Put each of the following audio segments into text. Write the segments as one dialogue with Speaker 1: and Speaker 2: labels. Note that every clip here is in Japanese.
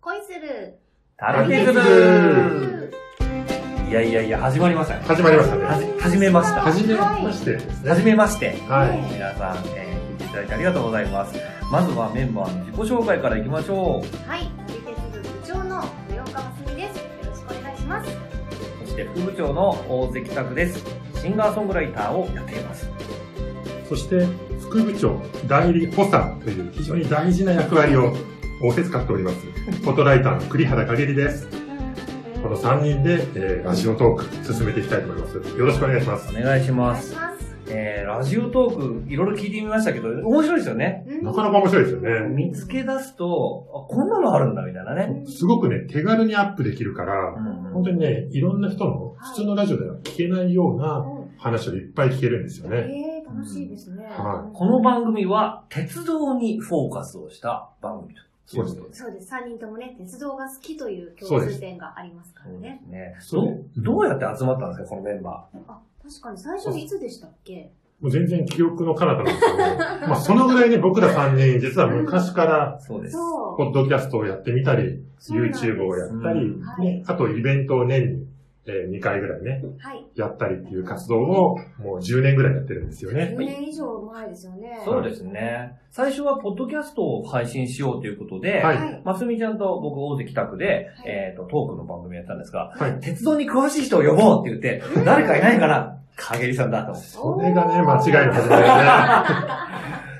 Speaker 1: 恋する。
Speaker 2: 旅
Speaker 1: ズ
Speaker 2: ズ
Speaker 3: ル
Speaker 2: ル
Speaker 1: ル
Speaker 2: いやいやいや、始まりましたね。
Speaker 3: 始まりましたね。
Speaker 2: はじ、始めました。
Speaker 3: は
Speaker 2: は
Speaker 3: じめましてですね。
Speaker 2: じめまして。
Speaker 3: はい。
Speaker 2: 皆さん、えー、聞いていただいてありがとうございます。まずはメンバーの自己紹介からいきましょう。
Speaker 1: はい。旅鉄部部長の上岡ますみです。よろしくお願いします。
Speaker 2: そして副部長の大関拓です。シンガーソングライターをやっています。
Speaker 3: そして、副部長、代理補佐という非常に大事な役割を仰せつかっております。フォトライターの栗原かげりです。この3人で、えーラジオトーク進めていきたいと思います。よろしくお願いします
Speaker 2: お。願いし
Speaker 1: お
Speaker 2: ま
Speaker 1: 願いし
Speaker 2: す。
Speaker 1: ます。
Speaker 2: えー、ラジオトーク、いろいろ聞いてみましたけど、面白いですよね。
Speaker 1: うん
Speaker 3: なかなか面白いですよね。
Speaker 2: 見つけ出すと、あ、こんなのあるんだ、みたいなね。
Speaker 3: すごくね、手軽にアップできるから
Speaker 2: う、ん
Speaker 3: 本当にね、いろんな人の普通のラジオでは聞けないような
Speaker 1: う
Speaker 3: 話をいっぱい聞けるんですよ
Speaker 1: ん
Speaker 3: ね。
Speaker 1: えー、楽しいですね。
Speaker 3: は
Speaker 2: この番組は鉄道にフォーカスをした番組ということです。
Speaker 1: そうです。三人ともね、鉄道が好きという
Speaker 3: そ
Speaker 1: 共
Speaker 3: うで
Speaker 1: 通
Speaker 3: す
Speaker 1: 点がありますからね。
Speaker 2: ね
Speaker 3: そう
Speaker 2: どどうやって集まったんですか、このメンバ
Speaker 1: あ、確かに最初にいつでしたっけ
Speaker 3: もう全然記憶の彼方なんですけど、まあそのぐらいね、僕ら3人、実は昔から
Speaker 2: ー。そうです。
Speaker 1: そう。
Speaker 3: ポッドキャストをやってみたり、
Speaker 1: そうなんです
Speaker 3: YouTube をやったり、
Speaker 2: うん
Speaker 1: はい
Speaker 3: ねあとイベントを年に、え2回ぐらいね、
Speaker 1: はい。
Speaker 3: やったりっていう活動をもう10年ぐらいやってるんですよね。
Speaker 1: 10年以上前ですよね。
Speaker 2: そうですね。最初はポッドキャストを配信しようということで、
Speaker 3: はい
Speaker 1: はい。
Speaker 2: ますみちゃんと僕、大関拓で、
Speaker 1: い
Speaker 2: えっ、と、トークの番組やったんですが、
Speaker 3: はい
Speaker 2: 鉄道に詳しい人を呼ぼうって言って、誰かいないかな、かげりさんだと。
Speaker 3: これがね、間違いの始まり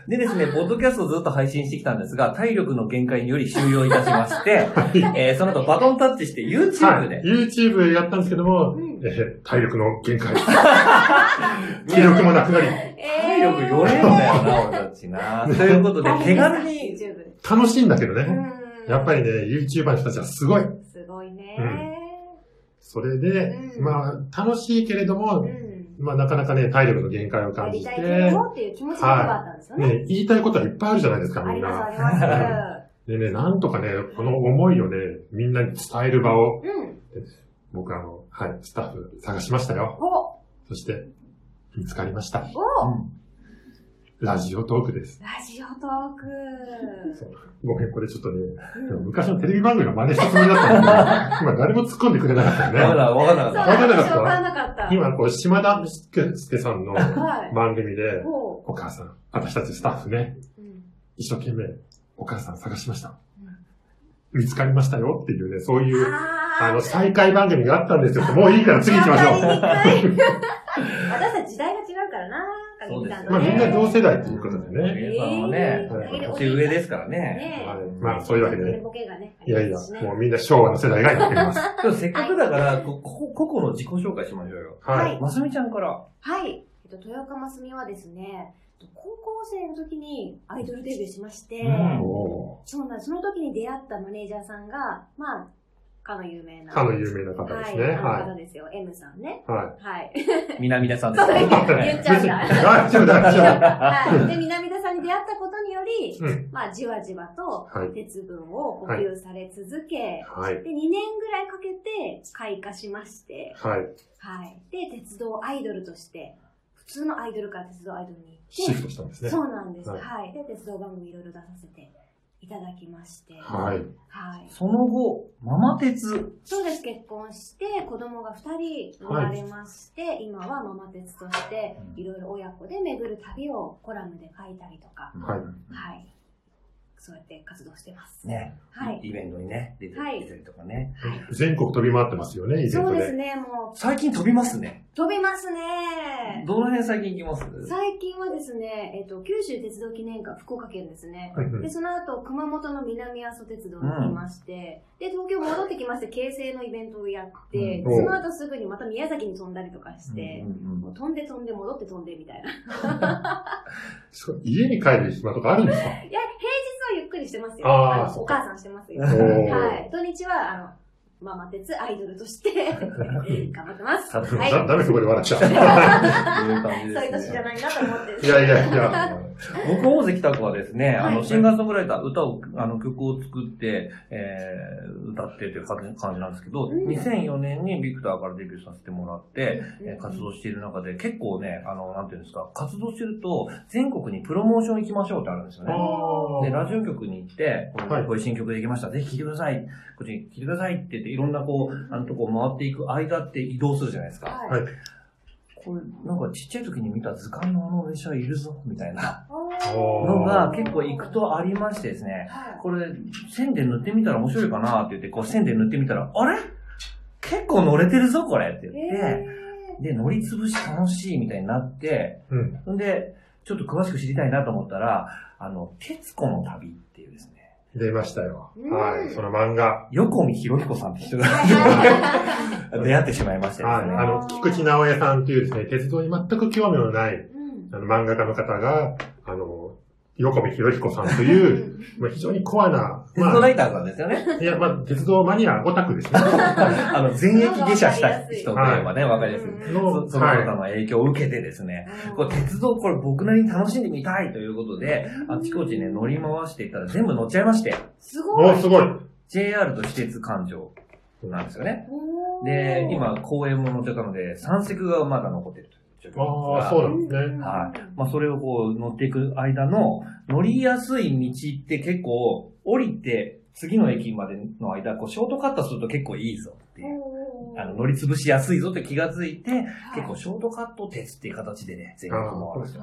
Speaker 2: でですね、ポッドキャストをずっと配信してきたんですが、体力の限界により終了いたしまして、
Speaker 3: ですね。はい
Speaker 2: えー、その後バトンタッチして YouTube
Speaker 3: はい
Speaker 2: で、。
Speaker 3: YouTube やったんですけども、
Speaker 1: うん
Speaker 3: えー体力の限界。 気力もなくなり、
Speaker 2: 体力
Speaker 1: えー
Speaker 2: よれんだよな、俺たちな。ということで、手軽 に、
Speaker 1: YouTube で
Speaker 3: 楽しいんだけどね。
Speaker 1: うん
Speaker 3: やっぱりね、YouTuber の人たちはすごい。
Speaker 1: すごいね。
Speaker 3: それで、
Speaker 1: うん
Speaker 3: まあ、楽しいけれど
Speaker 1: う
Speaker 3: も、
Speaker 1: ん。
Speaker 3: まあ、なかなかね、体力の限界を
Speaker 1: や
Speaker 3: 感
Speaker 1: り
Speaker 3: じ
Speaker 1: た
Speaker 3: て、
Speaker 1: いけれどもっていう気持ちがあったんですよね。
Speaker 3: ね、言いたいことはいっぱいあるじゃないですか、
Speaker 1: あ
Speaker 3: み
Speaker 1: り
Speaker 3: ん
Speaker 1: ます、あ
Speaker 3: な。
Speaker 1: ります。
Speaker 3: でね、なんとかね、この思いをね、みんなに伝える場 を、
Speaker 1: うん。
Speaker 3: 僕あの、はい、スタッフ探しましたよ。
Speaker 1: お
Speaker 3: そして、見つかりました。
Speaker 2: う
Speaker 1: お
Speaker 2: ん
Speaker 3: ラジオトークです。
Speaker 1: ラジオトー ク。
Speaker 3: ごめん、これちょっとね、でも
Speaker 1: うん
Speaker 3: 昔のテレビ番組が真似したつもり だったんだけど、今誰も突っ込んでくれなかった
Speaker 2: ま
Speaker 3: よね。
Speaker 2: だわかん
Speaker 1: そ
Speaker 2: なか
Speaker 1: う、
Speaker 2: っ
Speaker 3: わかんなかった
Speaker 1: 私わかんなかった。
Speaker 3: 今、こう、島田介さんの
Speaker 1: はい。
Speaker 3: 番組で、
Speaker 1: お
Speaker 3: お母さん、私たちスタッフね、
Speaker 1: うん。
Speaker 3: 一生懸命、お母さん探しました
Speaker 1: うん。
Speaker 3: 見つかりましたよっていうね、そういう
Speaker 1: あ
Speaker 3: あの、再開番組があったんですよ。もういいから次行きましょう。
Speaker 1: わかり にくい私たち時代が違うからな、かげりさん
Speaker 3: ま
Speaker 1: と
Speaker 3: あみんな
Speaker 1: ね。
Speaker 3: 同世代ということで
Speaker 2: た。
Speaker 3: ね。
Speaker 2: 皆さんもね、
Speaker 3: はい
Speaker 2: 年上ですからね。
Speaker 1: ね
Speaker 3: はいまあそういうわけで、ね、
Speaker 1: ボケがね。
Speaker 3: いやいや、もうみんな昭和の世代がやっています。
Speaker 2: でもせっかくだから、こここ、個々の自己紹介しましょうよ。
Speaker 3: は
Speaker 1: はい
Speaker 3: い。
Speaker 2: まさみちゃんから。
Speaker 1: はい。えっと、豊川ますみはですね、えっと高校生の時にアイドルデビューしまして、
Speaker 2: うん
Speaker 3: お
Speaker 1: そうなんです。その時に出会ったマネージャーさんが、まあ、かの有名な。
Speaker 3: ーかの有名な方ですね。
Speaker 1: はい。あの
Speaker 3: は
Speaker 1: 方ですよ。M さんね。
Speaker 3: い。は
Speaker 1: はい。
Speaker 2: 南田さんで
Speaker 1: そ
Speaker 2: す。
Speaker 1: う言っ
Speaker 3: い。
Speaker 1: ちゃうんだ。
Speaker 3: 大丈夫、大丈
Speaker 1: はい。で、南田さんに出会ったことにより、
Speaker 3: 夫。うん。
Speaker 1: まあ、じわじわと
Speaker 3: はい。
Speaker 1: 鉄分を補給され続け、
Speaker 3: はい。
Speaker 1: で、2年ぐらいかけて開花しまして、
Speaker 3: はい。
Speaker 1: はい。で、鉄道アイドルとして、普通のアイドルから鉄道アイドルに行
Speaker 3: シ
Speaker 1: って
Speaker 3: フトしたんですね。
Speaker 1: そうなんです。は
Speaker 3: はい
Speaker 1: い、で、鉄道番組いろいろ出させていただきまして。。
Speaker 3: はいい。
Speaker 2: その後、ママ鉄。
Speaker 1: そうです。結婚して、子供が2人生まれまして、今はママ鉄として、いろいろ親子で巡る旅をコラムで書いたりとか、
Speaker 3: はい
Speaker 1: はい。そうやって活動してます。
Speaker 2: ね、
Speaker 1: はい。
Speaker 2: イベントにね、出て
Speaker 1: はい
Speaker 2: 出たりとかね。
Speaker 1: はい。
Speaker 3: 全国飛び回ってますよね、イベン
Speaker 1: そ
Speaker 3: ト
Speaker 1: うです
Speaker 3: で。
Speaker 1: ね、も
Speaker 2: 最近飛びますね。
Speaker 1: う、飛びますね。
Speaker 2: どの辺最近行きます
Speaker 1: 最近はですね、えっ、と、九州鉄道記念館、福岡県ですね。
Speaker 3: はいうん
Speaker 1: で、その後、熊本の南阿蘇鉄道に行きまして、で、東京戻ってきまして、京成のイベントをやって、
Speaker 3: うん
Speaker 1: その後すぐにまた宮崎に飛んだりとかして
Speaker 2: うん、うんう
Speaker 1: も
Speaker 2: ん
Speaker 1: う飛んで飛んで戻って飛んでみたいな。 い
Speaker 3: そう家に帰る暇とかあるんですか
Speaker 1: や、平日はゆっくりしてますよ。
Speaker 3: あー
Speaker 1: のお母さんしてますよ。
Speaker 3: おー
Speaker 1: はい。土日は、あの、ママ鉄アイドルとして 頑張ってます。
Speaker 2: さすが
Speaker 1: はい。
Speaker 3: だダメそこで笑っちゃ
Speaker 2: という感じ
Speaker 1: そういう
Speaker 2: で
Speaker 1: 年
Speaker 2: す
Speaker 1: じゃ
Speaker 2: ね。
Speaker 1: ないなと思ってる
Speaker 3: う。いやいやいや。
Speaker 2: 僕、大関拓はですね、あ
Speaker 1: は
Speaker 2: の、
Speaker 1: い
Speaker 2: シンガーソングライター、歌を、あの、曲を作って、えー、歌ってっていう感じ感じなんですけど、
Speaker 1: うん
Speaker 2: 2004年にビクターからデビューさせてもらって、えー活
Speaker 1: うん
Speaker 2: 動している中で、結構ね、あの、なんていうんですか、活動してると、全国にプロモーション行きましょうってあるんですよね。で、ラジオ局に行って、こう
Speaker 3: はい
Speaker 2: こういう新曲できました。ぜひ聴いてください。こっちに聴いてくださいって言って、いろんなこう、あのとこ回っていく間って移動するじゃないですか。
Speaker 1: はい。
Speaker 3: はい
Speaker 2: これ、なんかちっちゃい時に見た図鑑のあの列車いるぞ、みたいな
Speaker 3: おー
Speaker 2: のが結構行くとありましてですね、
Speaker 1: はい
Speaker 2: これ、線で塗ってみたら面白いかなって言って、こう線で塗ってみたら、あれ結構乗れてるぞ、これって言って、
Speaker 1: え
Speaker 2: で、乗り潰し楽しいみたいになって、
Speaker 3: うん。
Speaker 2: んで、ちょっと詳しく知りたいなと思ったら、あの、徹子の旅っていうですね、
Speaker 3: 出ましたよ。
Speaker 1: うん
Speaker 3: はい。その漫画。
Speaker 2: 横見博彦さんって人が 出会ってしまいましてです
Speaker 3: はい。
Speaker 2: ね。
Speaker 3: あの、菊池直江さんというですね、鉄道に全く興味のない、
Speaker 1: ーうん
Speaker 3: あの、漫画家の方が、あの、横見博彦さんと いう、まあ、非常にコアな、
Speaker 2: 鉄
Speaker 3: ま
Speaker 2: 道
Speaker 3: あ
Speaker 2: ラ、イターさんですよね。
Speaker 3: いや、まあ、鉄道マニアオタク ですね。
Speaker 2: あの、前役下車した人といえばね、わかりやすい。
Speaker 1: うん
Speaker 3: の、
Speaker 2: そその
Speaker 3: はい
Speaker 2: 方の影響を受けてですね、
Speaker 1: うん
Speaker 2: こう鉄道これ僕なりに楽しんでみたいということで、あちこちね、乗り回していったら全部乗っちゃいまして、
Speaker 1: す
Speaker 3: お
Speaker 1: ごい
Speaker 3: ー、すごい。
Speaker 2: JR と私鉄環状なんですよね。
Speaker 1: おー
Speaker 2: で、今、公園も乗っちゃったので、山積がまだ残ってるという状況
Speaker 3: ああ、
Speaker 2: ですが
Speaker 3: そうなんですね。
Speaker 2: はい。まあ、それをこう乗っていく間の、乗りやすい道って結構、降りて、次の駅までの間、こう、ショートカットすると結構いいぞっていう。あの、乗り潰しやすいぞって気がついて、結構ショートカット鉄っていう形でね、全国回るんですよ。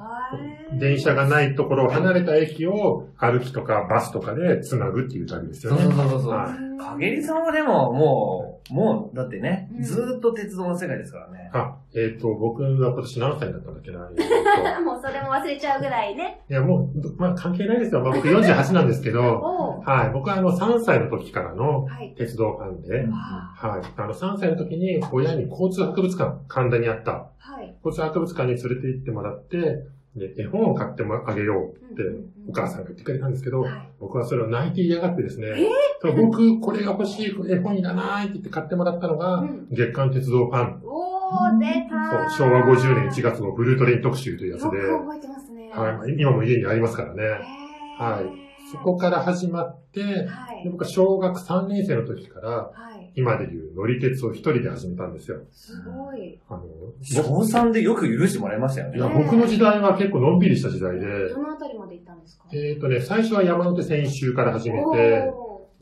Speaker 1: 構
Speaker 3: 電車がないところを離れた駅を歩きとかバスとかで繋ぐっていう旅です
Speaker 2: そ
Speaker 3: よ
Speaker 2: うそう
Speaker 3: ね。
Speaker 2: そうそう。
Speaker 3: はい
Speaker 2: かげりさんはでも、もう、もう、だってね
Speaker 1: う、ん
Speaker 2: ずーっと鉄道の世界ですからね。
Speaker 3: あ、えっ、と、僕は今年何歳だったんだっけな。えーと
Speaker 1: もうそれも忘れちゃうぐらいね。
Speaker 3: いや、もう、どまあ関係ないですよ。まあ、僕48なんです けど、
Speaker 1: おー
Speaker 3: はい、僕はあの3歳の時からの
Speaker 1: はい。
Speaker 3: 鉄道ファンで、
Speaker 1: わ
Speaker 3: はい、あの3歳の時に親に交通博物館、神田にあった
Speaker 1: ーはい。
Speaker 3: 交通博物館に連れて行ってもらって、で絵本を買ってもあげようって
Speaker 1: うんうんうん
Speaker 3: お母さんが言ってくれたんですけど、
Speaker 1: はい
Speaker 3: 僕はそれを泣いて嫌がってですね、
Speaker 1: え
Speaker 3: そう僕これが欲しい絵本いらないって言って買ってもらったのが、
Speaker 1: うん
Speaker 3: 月刊鉄道ファン、
Speaker 1: おー、出た
Speaker 3: そう昭和50年1
Speaker 1: 月
Speaker 3: 月号ブルートレイン特集というやつで、
Speaker 1: よく覚えてますね。
Speaker 3: はいまあ、今も家にありますからね。
Speaker 1: へー
Speaker 3: はい。そこから始まって、
Speaker 1: はい
Speaker 3: で。僕は小学3年生の時から、
Speaker 1: はい。
Speaker 3: 今でいう乗り鉄を一人で始めたんですよ。
Speaker 1: すごい。
Speaker 3: あの、
Speaker 2: 小さんでよく許してもらいましたよ
Speaker 3: い
Speaker 2: ね
Speaker 3: や。僕の時代は結構のんびりした時代で、
Speaker 1: どのあたりまで行ったんですか
Speaker 3: えっ、とね、最初は山手線一周から始め
Speaker 1: お
Speaker 3: て、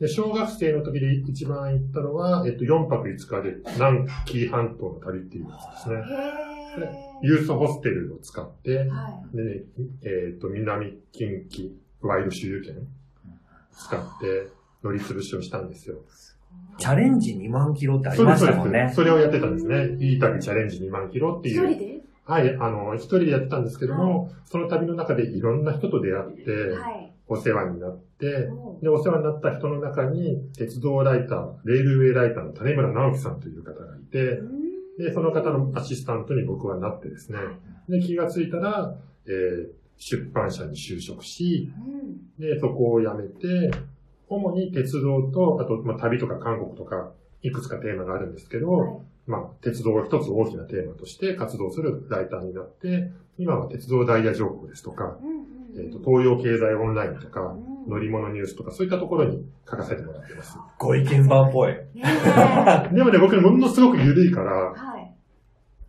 Speaker 1: ー
Speaker 3: で小学生の時で一番行ったのは、えっと、4泊5日で南紀半島の旅っていうやつですね。
Speaker 1: へー。
Speaker 3: ユースホステルを使って、
Speaker 1: は
Speaker 3: でね、えっ、と、南近畿ワイド周遊券使って乗り潰しをしたんですよ。
Speaker 2: チャレンジ2万キロってあり
Speaker 3: そうで、
Speaker 2: ますし
Speaker 3: そう
Speaker 2: た
Speaker 3: で
Speaker 2: もん
Speaker 3: す。
Speaker 2: ね。
Speaker 3: それをやってたんですね。いい旅チャレンジ2万キロっ
Speaker 1: い。
Speaker 3: て
Speaker 1: 一
Speaker 3: い
Speaker 1: 人
Speaker 3: う。
Speaker 1: で
Speaker 3: はい、あの、一人でやってたんですけども、その旅の中でいろんな人と出会って、
Speaker 1: はい。
Speaker 3: お世話になって、
Speaker 1: おー
Speaker 3: で、お世話になった人の中に、鉄道ライター、レールウェイライターの種村直樹さんという方がいて
Speaker 1: う、ん
Speaker 3: で、その方のアシスタントに僕はなってですね、で、気がついたら、えー出版社に就職し、
Speaker 1: うん
Speaker 3: で、そこを辞めて、主に鉄道と、あと、まあ、旅とか韓国とか、いくつかテーマがあるんですけど、
Speaker 1: はい
Speaker 3: まあ、鉄道を一つ大きなテーマとして活動するライターになって、今は鉄道ダイヤ情報ですとか、
Speaker 1: うんう
Speaker 3: え
Speaker 1: んうん
Speaker 3: ーと東洋経済オンラインとか、
Speaker 1: うん
Speaker 3: 乗り物ニュースとか、そういったところに書かせてもらってます。
Speaker 2: ご意見番っぽい。
Speaker 1: ねえ
Speaker 3: でもね、僕ものすごく緩いから、
Speaker 1: はい。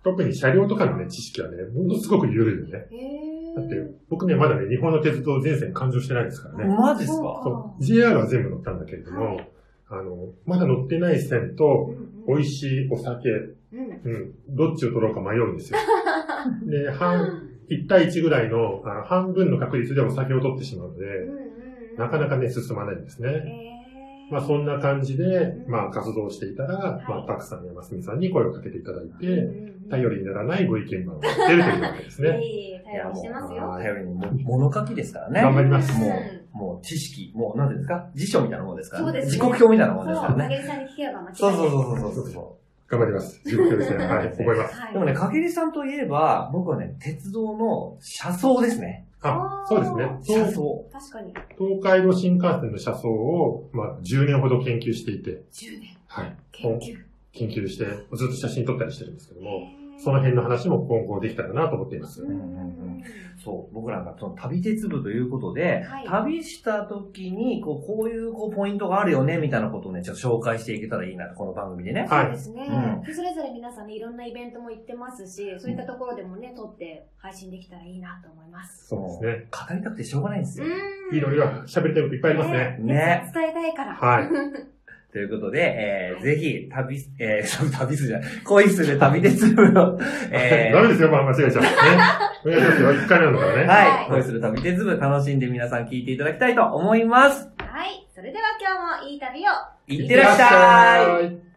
Speaker 3: 特に車両とかのね、知識はね、ものすごく緩いよね。
Speaker 1: へえ。
Speaker 3: だって、僕ね、まだね、日本の鉄道全線完乗してないですからね。
Speaker 2: マジっすか
Speaker 1: そ
Speaker 3: そう、JR は全部乗ったんだけれども、あの、まだ乗ってない線と、
Speaker 1: う
Speaker 3: 美味しいお酒、
Speaker 1: んうん。
Speaker 3: うん、どっちを取ろうか迷うんですよ。で、半、1対1ぐらいの、あの半分の確率でお酒を取ってしまうので、
Speaker 1: うんうんうん
Speaker 3: なかなかね、進まないんですね。
Speaker 1: へー
Speaker 3: まあそんな感じで、
Speaker 1: ん
Speaker 3: まあ活動していたら、
Speaker 1: い
Speaker 3: まあたくさん山住さんに声をかけていただい
Speaker 1: うん
Speaker 3: て、
Speaker 1: うんうん
Speaker 3: 頼りにならないご意見番をやってるというわけですね。
Speaker 1: いえいえ頼りにしてますよ。
Speaker 2: 頼りにも、物書きですからね。
Speaker 3: 頑張ります
Speaker 2: も
Speaker 1: うん
Speaker 2: う、もう知識、もう、なんていうんですか辞書みたいなもんですから、
Speaker 1: そうですね
Speaker 2: 時刻表みたいなもんですか
Speaker 1: そう、
Speaker 2: ら
Speaker 1: 影
Speaker 2: ね。
Speaker 1: さんに聞けば間違いない。
Speaker 2: そうそうそうそうそうそう
Speaker 3: 頑張ります。15キロです ね。はい、覚えます。
Speaker 1: はい。
Speaker 2: でもね、かけりさんといえば、僕はね、鉄道の車窓ですね。
Speaker 3: あ、そうですね。
Speaker 2: 車窓。
Speaker 1: 確かに、
Speaker 3: 東海道新幹線の車窓を、まあ、10年ほど研究していて、
Speaker 1: 10年
Speaker 3: はい。
Speaker 1: 研究。
Speaker 3: 研究して、ずっと写真撮ったりしてるんですけども、
Speaker 1: へー
Speaker 3: その辺の話も今後できたらなと思っています。
Speaker 1: うんうんうん
Speaker 2: そう、僕らがその旅鉄部ということで、
Speaker 1: はい
Speaker 2: 旅した時に、こう、こういう、こう、ポイントがあるよね、みたいなことをね、ちょっと紹介していけたらいいな、この番組でね。
Speaker 3: はい
Speaker 1: そうですね、それぞれ皆さんね、いろんなイベントも行ってますし、そういったところでもね、撮って配信できたらいいなと思います。
Speaker 3: そうですね。
Speaker 2: 語りたくてしょうがないんですよ。
Speaker 1: うん
Speaker 3: いいのには喋りたいこといっぱいありますね。
Speaker 2: ね。
Speaker 1: 伝えたいから。
Speaker 3: はい。
Speaker 2: ということで、えー、ぜひ、旅、えー、 そう旅するじゃない、恋する旅鉄部の、 えー
Speaker 3: ダメですよ、まあ、間違えちゃう。ね。お願いしますよ。1回目なのからね。
Speaker 2: は
Speaker 1: はい
Speaker 2: い。恋する旅鉄部、楽しんで皆さん聞いていただきたいと思います。
Speaker 1: はい。それでは今日もいい旅を。
Speaker 2: いってらっしゃい
Speaker 3: い。